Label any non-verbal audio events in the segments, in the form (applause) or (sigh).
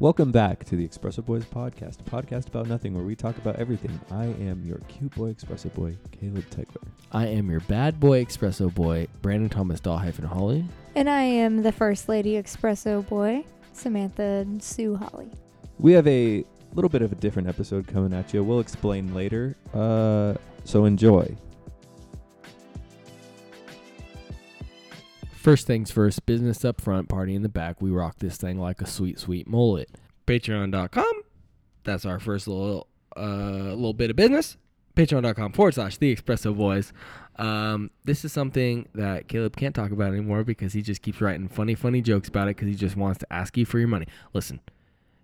Welcome back to the Espresso Boys podcast, a podcast about nothing where we talk about everything. I am your cute boy espresso boy, Caleb Teichler. I am your bad boy espresso boy, Brandon Thomas Dahl hyphen Holly. And I am the First Lady Espresso Boy, Samantha Sue Holly. We have a little bit of a different episode coming at you. We'll explain later. Uh, so enjoy. First things first, business up front, party in the back. We rock this thing like a sweet, sweet mullet. Patreon.com. That's our first little uh, little bit of business. Patreon.com forward slash the espresso boys. Um, this is something that Caleb can't talk about anymore because he just keeps writing funny, funny jokes about it because he just wants to ask you for your money. Listen,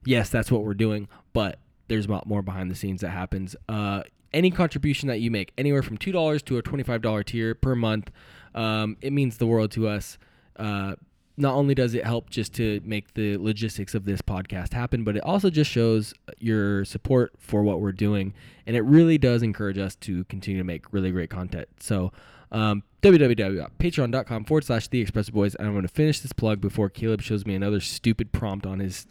yes, that's what we're doing, but there's a lot more behind the scenes that happens. Uh, any contribution that you make, anywhere from two dollars to a twenty-five dollar tier per month, um, it means the world to us. Uh, not only does it help just to make the logistics of this podcast happen, but it also just shows your support for what we're doing, and it really does encourage us to continue to make really great content. So. Um, www.patreon.com forward slash the expressive boys and i'm going to finish this plug before caleb shows me another stupid prompt on his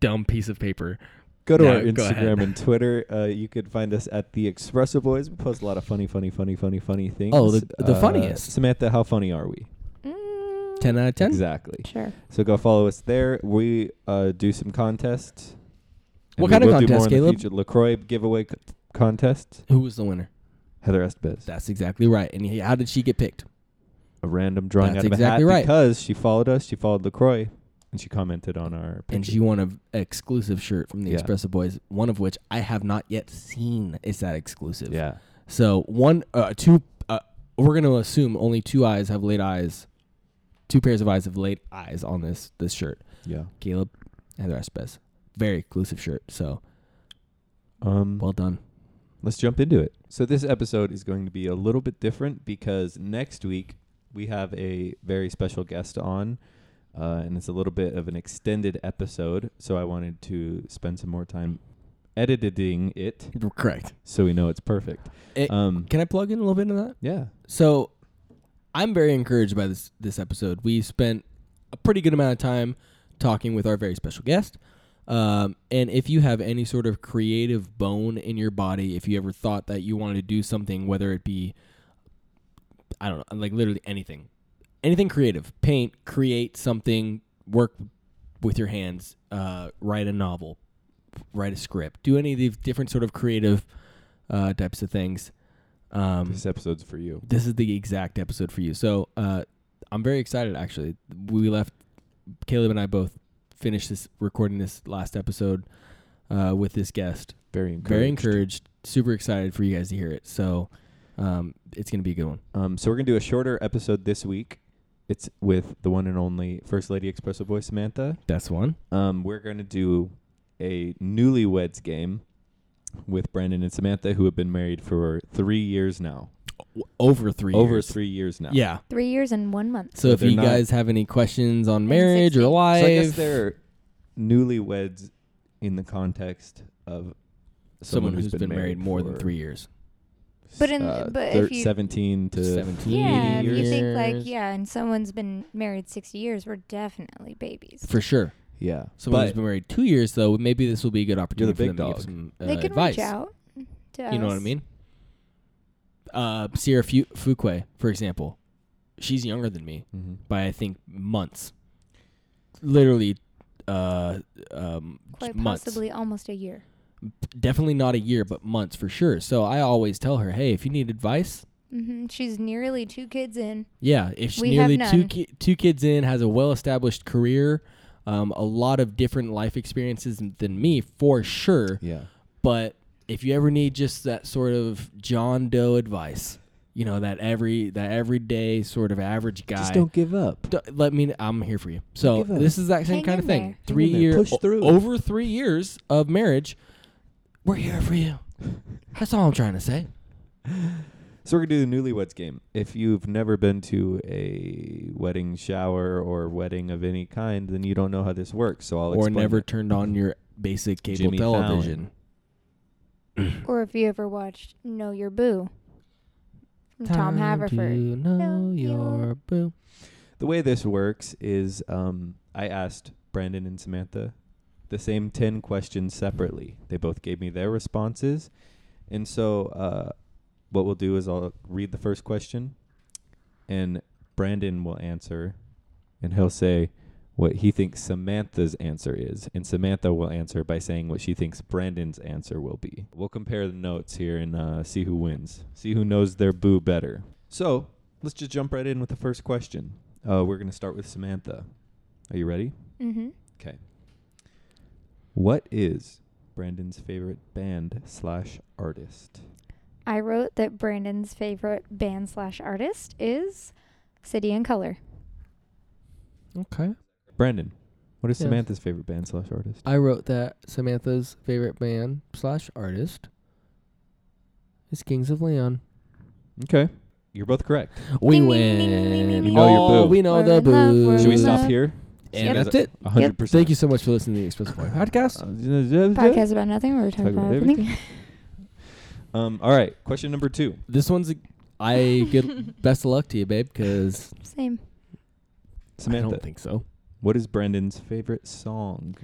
dumb piece of paper Go to No, our go ahead. Instagram and Twitter. Uh, you could find us at the Espresso Boys. We post a lot of funny, funny, funny, funny, funny things. Oh, the- the Uh, funniest. Samantha, how funny are we? Mm, 10 out of 10 Exactly. Sure. So go follow us there. We uh, do some contests. What we kind of will do contest, more in the Caleb? future. Lacroix giveaway c- contest. Who was the winner? Heather Estebes. That's exactly right. And he, how did she get picked? A random drawing out That's of exactly a hat right. because she followed us. She followed Lacroix, and she commented on our. And picture. she won an exclusive shirt from the Yeah. Espresso Boys, one of which I have not yet seen. Is that exclusive? Yeah. So one, uh, two. Uh, we're gonna assume only two eyes have laid eyes. Two pairs of eyes have laid eyes on this this shirt. Yeah. Caleb, Heather Espes, very exclusive shirt. So Um. well done. Let's jump into it. So this episode is going to be a little bit different because next week we have a very special guest on, uh, and it's a little bit of an extended episode. So I wanted to spend some more time editing it Correct. so we know it's perfect. It- um. Can I plug in a little bit of that? Yeah. So I'm very encouraged by this this episode. We spent a pretty good amount of time talking with our very special guest. Um, and if you have any sort of creative bone in your body, if you ever thought that you wanted to do something, whether it be, I don't know, like literally anything, anything creative, paint, create something, work with your hands, uh, write a novel, write a script, do any of these different sort of creative uh, types of things. Um, This episode's for you. this is the exact episode for you. So uh, I'm very excited. Actually, we left Caleb and I both finished this recording this last episode uh, with this guest. Very encouraged. Very encouraged, super excited for you guys to hear it. So um, it's gonna be a good one. Um, so we're gonna do a shorter episode this week. It's with the one and only First Lady Espresso Boy Samantha. That's one. Um, we're gonna do a newlyweds game with Brandon and Samantha, who have been married for three years now. Over three. Over years. three years now. Yeah. Three years and one month. So, So if they're you not- guys have any questions on marriage or 16. So So life, I guess they're newlyweds in the context of someone who's been, married, more than for, three years. But in- uh, but thir- if you- seventeen to Seventeen. Yeah, if you years. think like, Years. yeah, and someone's been married 60 years, we're definitely babies. For sure. yeah. Someone But- who's been married two years, though, maybe this will be a good opportunity big for them to dog. give some uh, they can advice. reach out to us. You know what I mean? Uh, Sierra Fu- Fuquay, for example, she's younger than me Mhm. by I think months, literally, uh, um, Quite months. possibly almost a year. Definitely not a year, but months for sure. So I always tell her, hey, if you need advice, hmm She's nearly two kids in. yeah, if she's We have nearly two none. ki- two kids in, has a well established career, um, a lot of different life experiences than me for sure. Yeah. But if you ever need just that sort of John Doe advice, you know that every that everyday sort of average guy. Just don't give up. d- let me. I'm here for you. So Don't give up. this is that same Hang kind in of thing. there. Three in there. years, Push through. over three years of marriage. We're here for you. That's all I'm trying to say. So we're gonna do the newlyweds game. If you've never been to a wedding shower or wedding of any kind, then you don't know how this works. So I'll or explain never it. turned on your basic cable Jimmy Fallon. television. Or if you ever watched Know Your Boo from Tom Time to Haverford. know Know your your boo. the way this works is um, I asked Brandon and Samantha the same 10 questions separately. They both gave me their responses. And so, uh, what we'll do is I'll read the first question, and Brandon will answer, and he'll say what he thinks Samantha's answer is. And Samantha will answer by saying what she thinks Brandon's answer will be. We'll compare the notes here and uh, see who wins, see who knows their boo better. So, let's just jump right in with the first question. Uh, we're going to start with Samantha. Are you ready? Mm-hmm. Okay. What is Brandon's favorite band slash artist? I wrote that Brandon's favorite band slash artist is City and Color. Okay. Brandon, what is Yes. Samantha's favorite band slash artist? I wrote that Samantha's favorite band slash artist is Kings of Leon. Okay. You're both correct. We Ding, win. ding, ding, ding, ding, ding, You know your Oh, boo. We know We're the in love, boo. we're Should we in stop love. here? And Uh, Yep. that's it. 100%. Thank you so much for listening to the Express Boy (laughs) podcast. Podcast. Podcast about nothing. We're talking Talking about about everything. Um, all right. Question number two. This one's a, I get (laughs) best of luck to you, babe, because (laughs) Same. I Samantha, don't think so. what is Brandon's favorite song?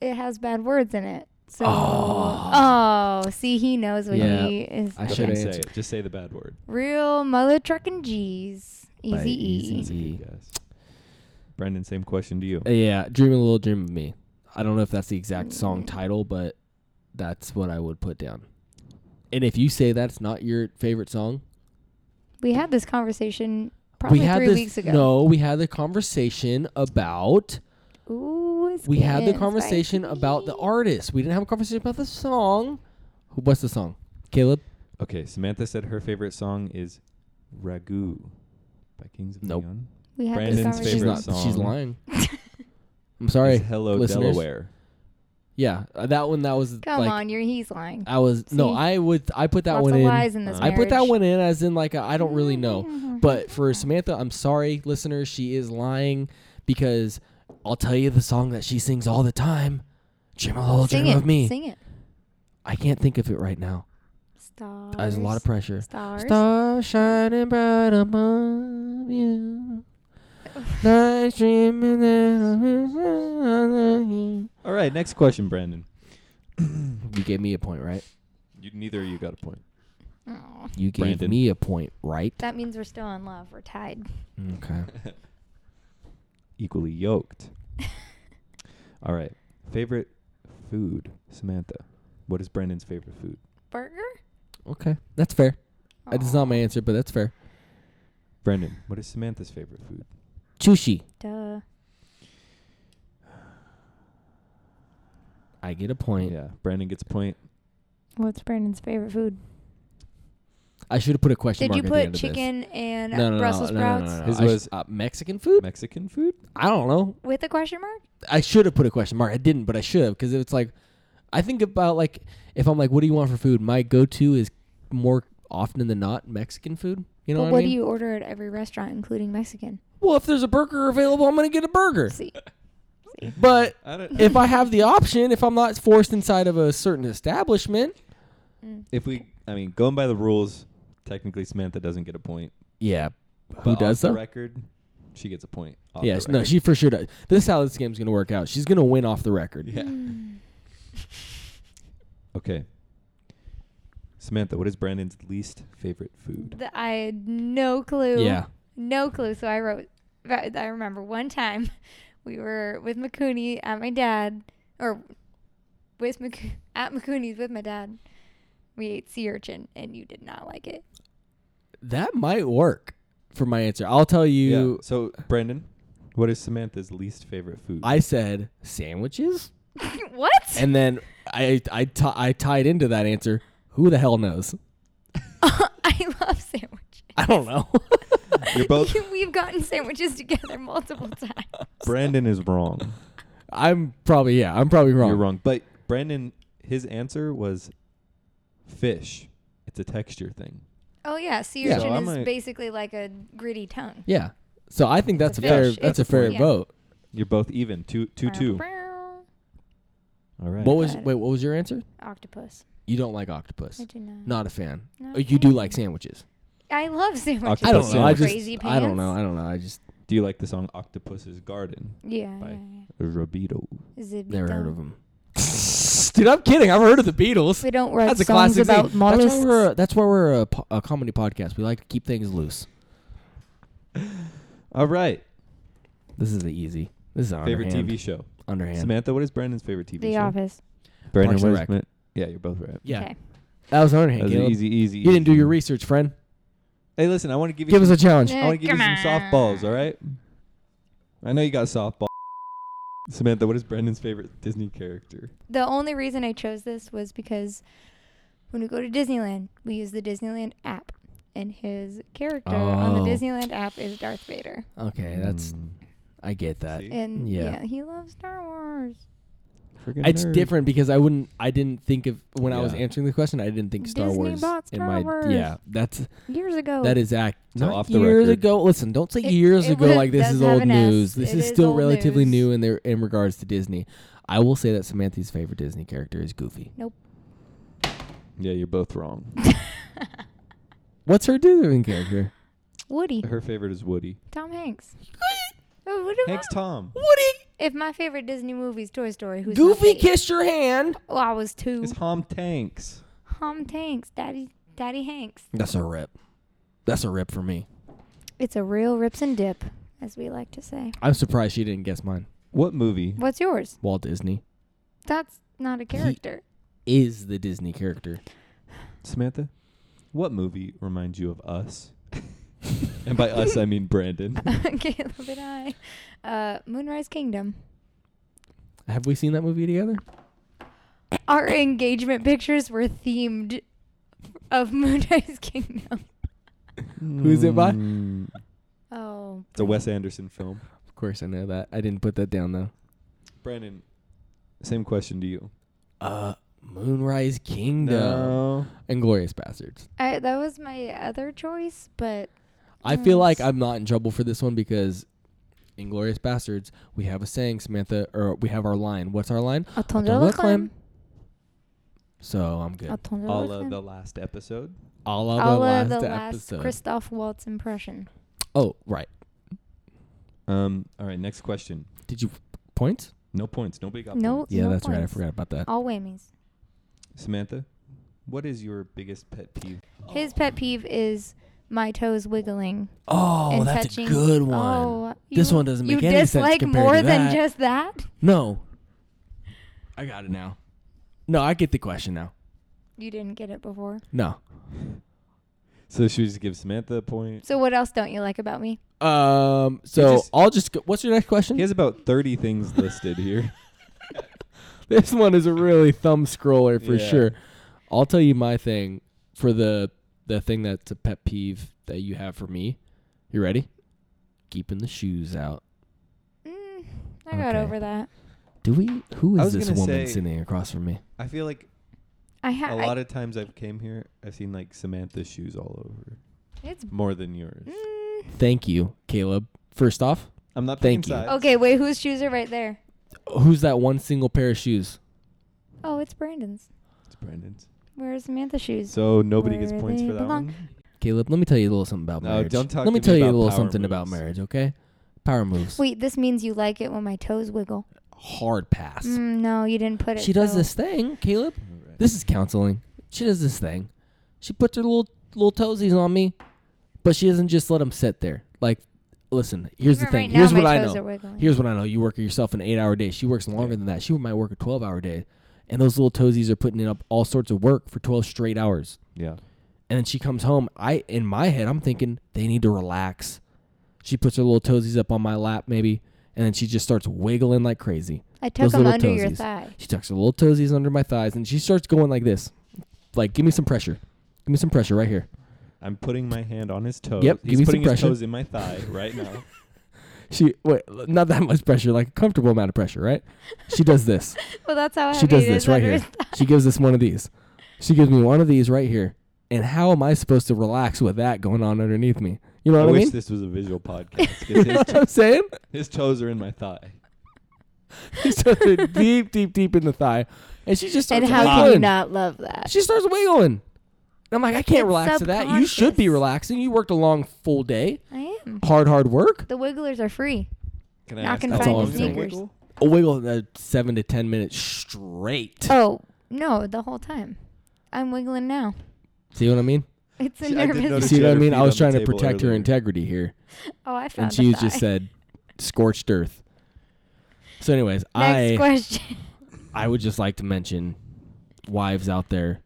It has bad words in it. So. Oh. Oh, see, he knows what Yeah. he is. I doing. Go ahead should've and say answered. it. Just say the bad word. Real mother trucking G's. By Easy Eazy-E. E. That's a good guess. Brandon, same question to you. Uh, yeah, Dream a Little Dream of Me. I don't know if that's the exact song title, but that's what I would put down. And if you say that's not your favorite song, We had this conversation probably we had three this, weeks ago. No, we had the conversation about Ooh, it's we had the getting conversation spicy. about the artist. We didn't have a conversation about the song. Who- What's the song? Caleb? Okay. Samantha said her favorite song is Ragu by Kings of Nope. Leon. We had this Brandon's conversation. she's favorite not. She's song. (laughs) lying. I'm Is sorry. Hello listeners. Delaware. Yeah, uh, that one. That was Come like on, you're he's lying. I was no. See? I would. I put that Lots one of in. lies in this I I put that marriage. Mm-hmm. one in as in like I I don't really (laughs) know. But for Samantha, I'm sorry, listeners, she is lying because I'll tell you the song that she sings all the time. Dream a little sing dream it, of me. sing it. I can't think of it right now. Stars. There's a lot of pressure. stars. Star shining bright above (laughs) you. Night dreaming that All right. Next question, Brandon. You gave me a point, right? You, neither of you got a point. Aw. You gave Brandon. me a point, right? That means we're still in love. We're tied. Mm. Okay. Equally (laughs) yoked. All right. Favorite food, Samantha. What is Brandon's favorite food? Burger. Okay. That's fair. That's Aw, not my answer, but that's fair. Brandon, what is Samantha's favorite food? Chushi. Duh. I get a point. Yeah, Brandon gets a point. What's Brandon's favorite food? I should have put a question Did mark you at the put end of this. chicken and no, no, Brussels no, sprouts No, no, no, no. His I sh- was- uh, Mexican food. Mexican food? I don't know. with a question mark? I should have put a question mark. I didn't, but I should have because it's like I think about like if I'm like, what do you want for food? My go-to is more often than not Mexican food. You know but what, what I mean? do you order at every restaurant, including Mexican? well, if there's a burger available, I'm gonna get a burger. See, But I don't, if I have the option, if I'm not forced inside of a certain establishment, mm. if we, I mean, going by the rules, technically Samantha doesn't get a point. yeah, But who off does the that? record? She gets a point. Off Yes, the no, record. she for sure does. This is how this game's gonna work out. She's gonna win off the record. Yeah. Okay. Samantha, what is Brandon's least favorite food? Th- I had no clue. yeah. No clue. So I wrote, I I remember one time (laughs) we were with Makuni at my dad, or with Mac- (laughs) at Makuni's with my dad. We ate sea urchin and you did not like it. (laughs) That might work for my answer. I'll tell yeah. you. So, Brandon, what is Samantha's least favorite food? I said sandwiches, (laughs) what? and then I I ti- I tied into that answer. Who the hell knows? (laughs) I love sandwiches. I don't know. (laughs) (laughs) You're both. We've gotten sandwiches together multiple (laughs) times. Brandon is (laughs) wrong. I'm probably yeah. I'm probably wrong. You're wrong. But Brandon, his answer was fish. It's a texture thing. Oh yeah, sea Yeah. urchin So I'm is a- basically like a gritty tongue. Yeah. So I think that's a It's a fair fish. that's a It's- fair yeah. vote. You're both even. Two, Uh, two, two. All right. What was Got it. wait? What was your answer? Octopus. You don't like octopus. I do not. Not a fan. Not Oh, a you do fan. like sandwiches. I love sandwiches. Octopus I don't know. I sandwich. just Crazy I don't pants. know. I don't know. I just Do you like the song Octopus's Garden? Yeah. Bye. yeah, yeah. Rabito. Zibito. Never heard of them. Dude, I'm kidding. I've heard of the Beatles. We don't write That's a songs classic about thing. That's why mollusks. we're, that's why we're a, po- a comedy podcast. We like to keep things loose. All right. This is the easy. This is an favorite underhand. TV show. Underhand. Samantha, what is Brandon's favorite TV (laughs) the show? Office. Brandon, Parks and what is Rec. Ma- Yeah, you're both right. Yeah, Okay. that was an That underhand. was an Caleb. easy, easy. you didn't do easy. your research, friend. Hey, listen, I want to give you. Give us a challenge. I want to give you Come some softballs. on. All right. I know you got softball. Samantha, what is Brandon's favorite Disney character? The only reason I chose this was because when we go to Disneyland, we use the Disneyland app. And his character on the Oh. Disneyland app is Darth Vader. Okay, that's Mm, I get that. see? And yeah, Yeah. he loves Star Wars. Friggin' It's nerd. different because I wouldn't. I didn't think of when I was Yeah. answering the question. I didn't think Star Disney Wars bought in Star my. Wars. Yeah, that's Years ago. that is act. So not off the years record. ago. Listen, don't say Oh. It- years it ago. was- Like this does is have old an S. news. This It is is still old relatively news. new in their in regards to Disney. I will say that Samantha's favorite Disney character is Goofy. Yeah, you're both (laughs) wrong. What's her Disney character? Woody. Her favorite is Woody. Tom Hanks. Oh, what am Hank's I- Tom. Woody. If my favorite Disney movie is Toy Story, who's my Goofy fave? kissed your hand. Oh, I was two. It's Hom Tanks. Tom Hanks, Daddy, Daddy Hanks. That's a rip. That's a rip for me. It's a real rips and dip, as we like to say. I'm surprised she didn't guess mine. What movie? What's yours? Walt Disney That's not a character. (laughs) is the Disney character. Samantha, what movie reminds you of us? (laughs) and by us, I mean Brandon. Caleb and I. Uh, Moonrise Kingdom. Have we seen that movie together? Our engagement pictures were themed of (laughs) Moonrise Kingdom. Who's it by? It's Oh. a Wes Anderson film. Of course, I know that. I didn't put that down though. Brandon, same question to you. Uh, Moonrise Kingdom, Inglorious Bastards. I, that was my other choice, but I feel like Yes. I'm not in trouble for this one because Inglorious Bastards. We have a saying, Samantha, or we have our line. What's our line? Attends le climb. So I'm good. Attends All le of the climb. last episode. All of All the last of uh, the last episode. Christoph Waltz impression. oh, right. Um. All right. Next question. Did you points? No points. Nobody got No. points. Yeah, No that's right. I points. forgot about that. All whammies. Samantha, what is your biggest pet peeve? His pet peeve is my toes wiggling. Oh, and that's touching. a good one. Oh, This you- one doesn't you make any sense dislike compared to that. more than just that? No. I got it now. No, I get the question now. You didn't get it before. No. So should we just give Samantha a point? So what else don't you like about me? Um. So just- I'll just. Go, what's your next question? He has about 30 things listed here. (laughs) This one is a really thumb scroller for Yeah. sure. I'll tell you my thing for the the thing that's a pet peeve that you have for me. You ready? Keeping the shoes out. Mm, I got Okay. over that. Do we? Who I is was this gonna woman say- sitting across from me? (laughs) I feel (laughs) like I ha- a I- lot of times I've came here, I've seen like Samantha's shoes all over, it's (laughs) more than yours. mm. Thank you, Caleb. First off, I'm not Thank picking you. sides. Okay, wait, whose shoes are right there? who's that one single pair of shoes? Oh, it's Brandon's. It's Brandon's. Where's Samantha's shoes? So nobody gets Where points they for that belong. one. Caleb, let me tell you a little something about No, marriage. don't talk Let to me me tell you a about little power something about moves. marriage, okay? Power moves. Wait, this means you like it when my toes wiggle. Hard pass. Mm, no, you didn't put it. She does so- this thing, Caleb. All right. This is counseling. She does this thing. She puts her little little toesies on me, but she doesn't just let them sit there. Like, listen. Here's the Even thing. right now, here's my what I toes know. are wiggling. Here's what I know. You work yourself an eight hour day. She works longer than that. She might work a twelve hour day, and those little toesies are putting in up all sorts of work for twelve straight hours. Yeah. And then she comes home. I in my head, I'm thinking they need to relax. She puts her little toesies up on my lap, maybe, and then she just starts wiggling like crazy. I took those them little under your toesies. thigh. (laughs) She tucks her little toesies under my thighs and she starts going like this. Like, give me some pressure. Give me some pressure right here. I'm putting my hand on his toes. Yep, give He's me some putting his pressure. toes in my thigh right (laughs) now. She, wait, not that (laughs) much pressure, like a comfortable amount of pressure, right? She does this. (laughs) Well, that's how She heavy does it this is right under here. (laughs) his thigh. She gives us one of these. She gives me one of these right here. And how am I supposed to relax with that going on underneath me? You know I what I, wish mean? this was a visual podcast (laughs) because You (laughs) know his, what I'm saying? his toes are in my thigh. So they're deep, deep, deep in the thigh. And she just starts (laughs) And how can you wiggling. not love that? She starts wiggling. And I'm like, I can't It's relax to that. You should be subconscious. relaxing. You worked a long, full day. I am. Hard, hard work. The wigglers are free. Can I Knock ask and how find long his they sneakers. wiggle? wiggle the seven to ten minutes straight. Oh no, the whole time. I'm wiggling now. (laughs) See what I mean? It's a See, I did You notice- nervous. see what I Cheddar mean? feet I was on the trying to table protect her earlier. integrity here, Oh, I found. and the she just thigh. said scorched earth. So, anyways, Next I question. I would just like to mention, wives out there,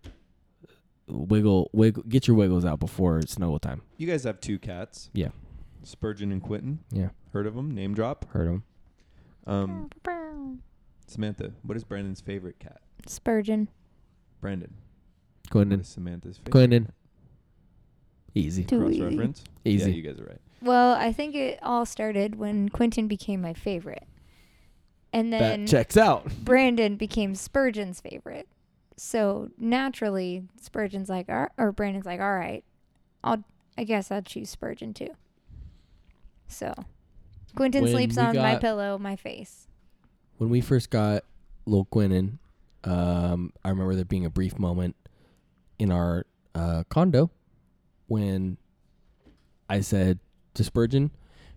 wiggle wiggle, get your wiggles out before snow time. You guys have two cats. Yeah. Spurgeon and Quentin. Yeah. Heard of them? Name drop. Heard them. Um, Samantha, what is Brandon's favorite cat? (laughs) Spurgeon. Brandon. What Quentin, is Samantha's favorite? Quentin. Easy, Too Cross easy. reference. easy. Yeah, you guys are right. Well, I think it all started when Quentin became my favorite, and that then checks out. Brandon became Spurgeon's favorite. So naturally, Spurgeon's like, "Ar- or Brandon's like, all right, I'll, I guess I'll choose Spurgeon too. So, Quentin When sleeps we on my got- pillow, my face. When we first got Lil Quinnen, um, I remember there being a brief moment in our uh, condo when I said to Spurgeon,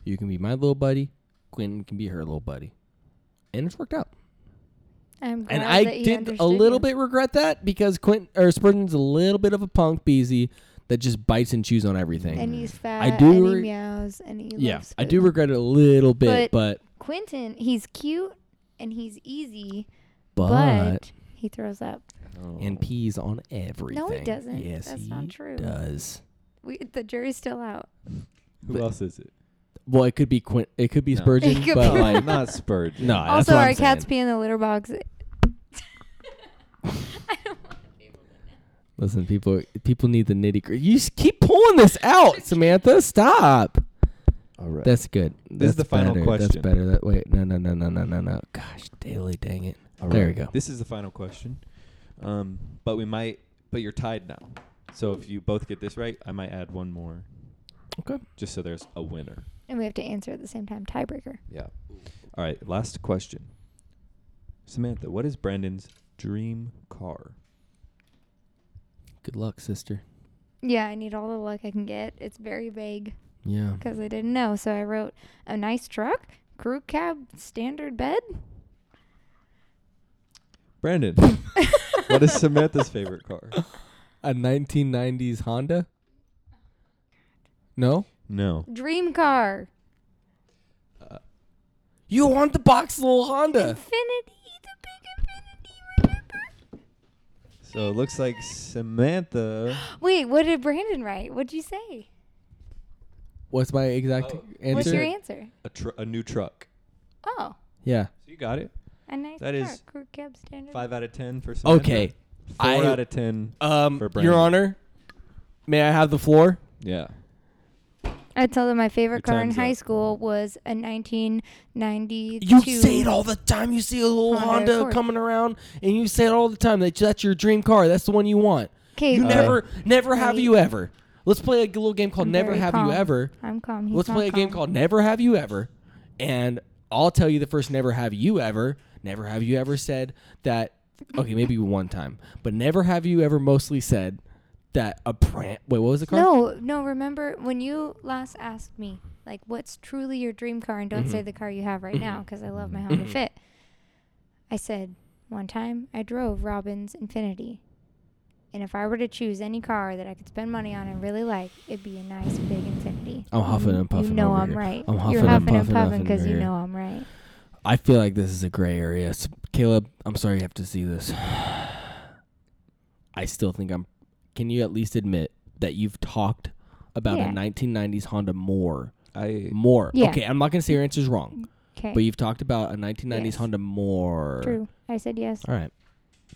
"You can be my little buddy. Quentin can be her little buddy," and it's worked out. I'm glad And I that he did a understood little you. bit regret that because Quentin or Spurgeon's a little bit of a punk beezy that just bites and chews on everything. And he's fat. do And he re- meows. And he yeah, loves I food. do regret it a little bit, but Quentin, he's cute and he's easy, but, but he throws up. Oh. and pees on everything. doesn't. Yes, That's he not true. does. We, the jury's still out. Who else is (laughs) it? Well, it could be Quint. It could be No. Spurgeon, It could but be- like not Spurgeon. no. that's also, what our I'm cats saying. pee in the litter box. (laughs) Listen, people. People need the nitty gritty. You just keep pulling this (laughs) out, Samantha. Stop. All right. That's good. This is That's the final better. question. That's better. That wait, no, no, no, no, no, no, no. Gosh, daily, dang it. All There we go. This is the final question. Um, but we might. But you're tied now. So if you both get this right, I might add one more, Okay. just so there's a winner. And we have to answer at the same time. Tiebreaker. Yeah. All right. Last question. Samantha, what is Brandon's dream car? Good luck, sister. Yeah, I need all the luck I can get. It's very vague Yeah. because I didn't know. So I wrote a nice truck, crew cab, standard bed. (laughs) Brandon, (laughs) what is Samantha's favorite car? A 1990s Honda. No. No. Dream car. You want the box little Honda? Infinity, the big infinity, remember? So it looks like Samantha. Wait, what did Brandon write? What'd you say? What's my exact Oh. answer? What's your answer? A, tr- a new truck. Oh, Yeah. So you got it. a nice That truck, is crew cab, standard. Five out of ten for Samantha. Okay. Four I- out of ten. Um, For Brandon. Your Honor, may I have the floor? Yeah. I told him my Your favorite car in time's high up. school was a 1992. You say it all the time. You see a little Honda Honda Accord. coming around, and you say it all the time that that's your dream car. That's the one you want. Okay, You Uh, never, never have Right. you ever. Let's play a g- little game called I'm Never very Have calm. You Ever. I'm calm. He's Let's not play a game calm. called Never Have You Ever, and I'll tell you the first Never Have You Ever. Never have you ever said that. Okay, maybe one time, but never have you ever mostly said that a brand. Wait, what was the car? No, no. Remember when you last asked me, like, what's truly your dream car, and Mm-hmm. don't say the car you have right now, 'cause now, because I love my Honda Fit. I said one time I drove Robin's Infinity, and if I were to choose any car that I could spend money on and really like, it'd be a nice big Infinity. I'm huffing and puffing. You know over I'm here. right. I'm huffing You're and huffing and puffing, puffing huffing because you here. know I'm right. I feel like this is a gray area. S- Caleb, I'm sorry you have to see this. (sighs) I still think I'm. Can you at least admit that you've talked about Yeah. a 1990s Honda more? I More. Yeah. Okay, I'm not going to say your answer's wrong, Okay. but you've talked about a 1990s Yes. Honda more. True. I said yes. All right.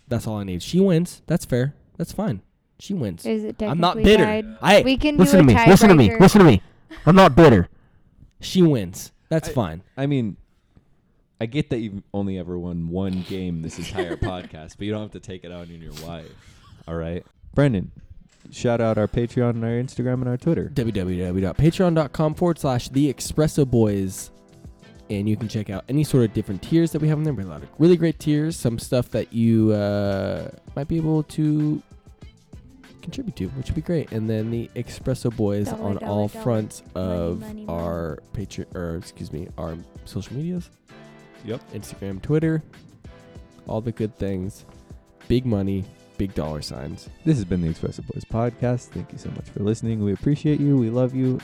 That's all I need. She wins. That's fair. That's fine. She wins. Is it I'm not technically bitter. tied? I, We can listen do to a me. Listen to me. tiebreaker. Listen to me. I'm not bitter. She wins. That's I- fine. I mean, I get that you've only ever won one game this (laughs) entire podcast, but you don't have to take it out on your wife. All right, Brendan. Shout out our Patreon and our Instagram and our Twitter. www.patreon.com forward slash the espresso boys and you can check out any sort of different tiers that we have in there we have a lot of really great tiers some stuff that you uh, might be able to contribute to which would be great and then the espresso boys Dollar, on dollar, all dollar. fronts Money, of money, money. our patreon or excuse me our social medias Yep. Instagram, Twitter, all the good things. Big money, big dollar signs. This has been the Expressive Boys Podcast. Thank you so much for listening. We appreciate you. We love you.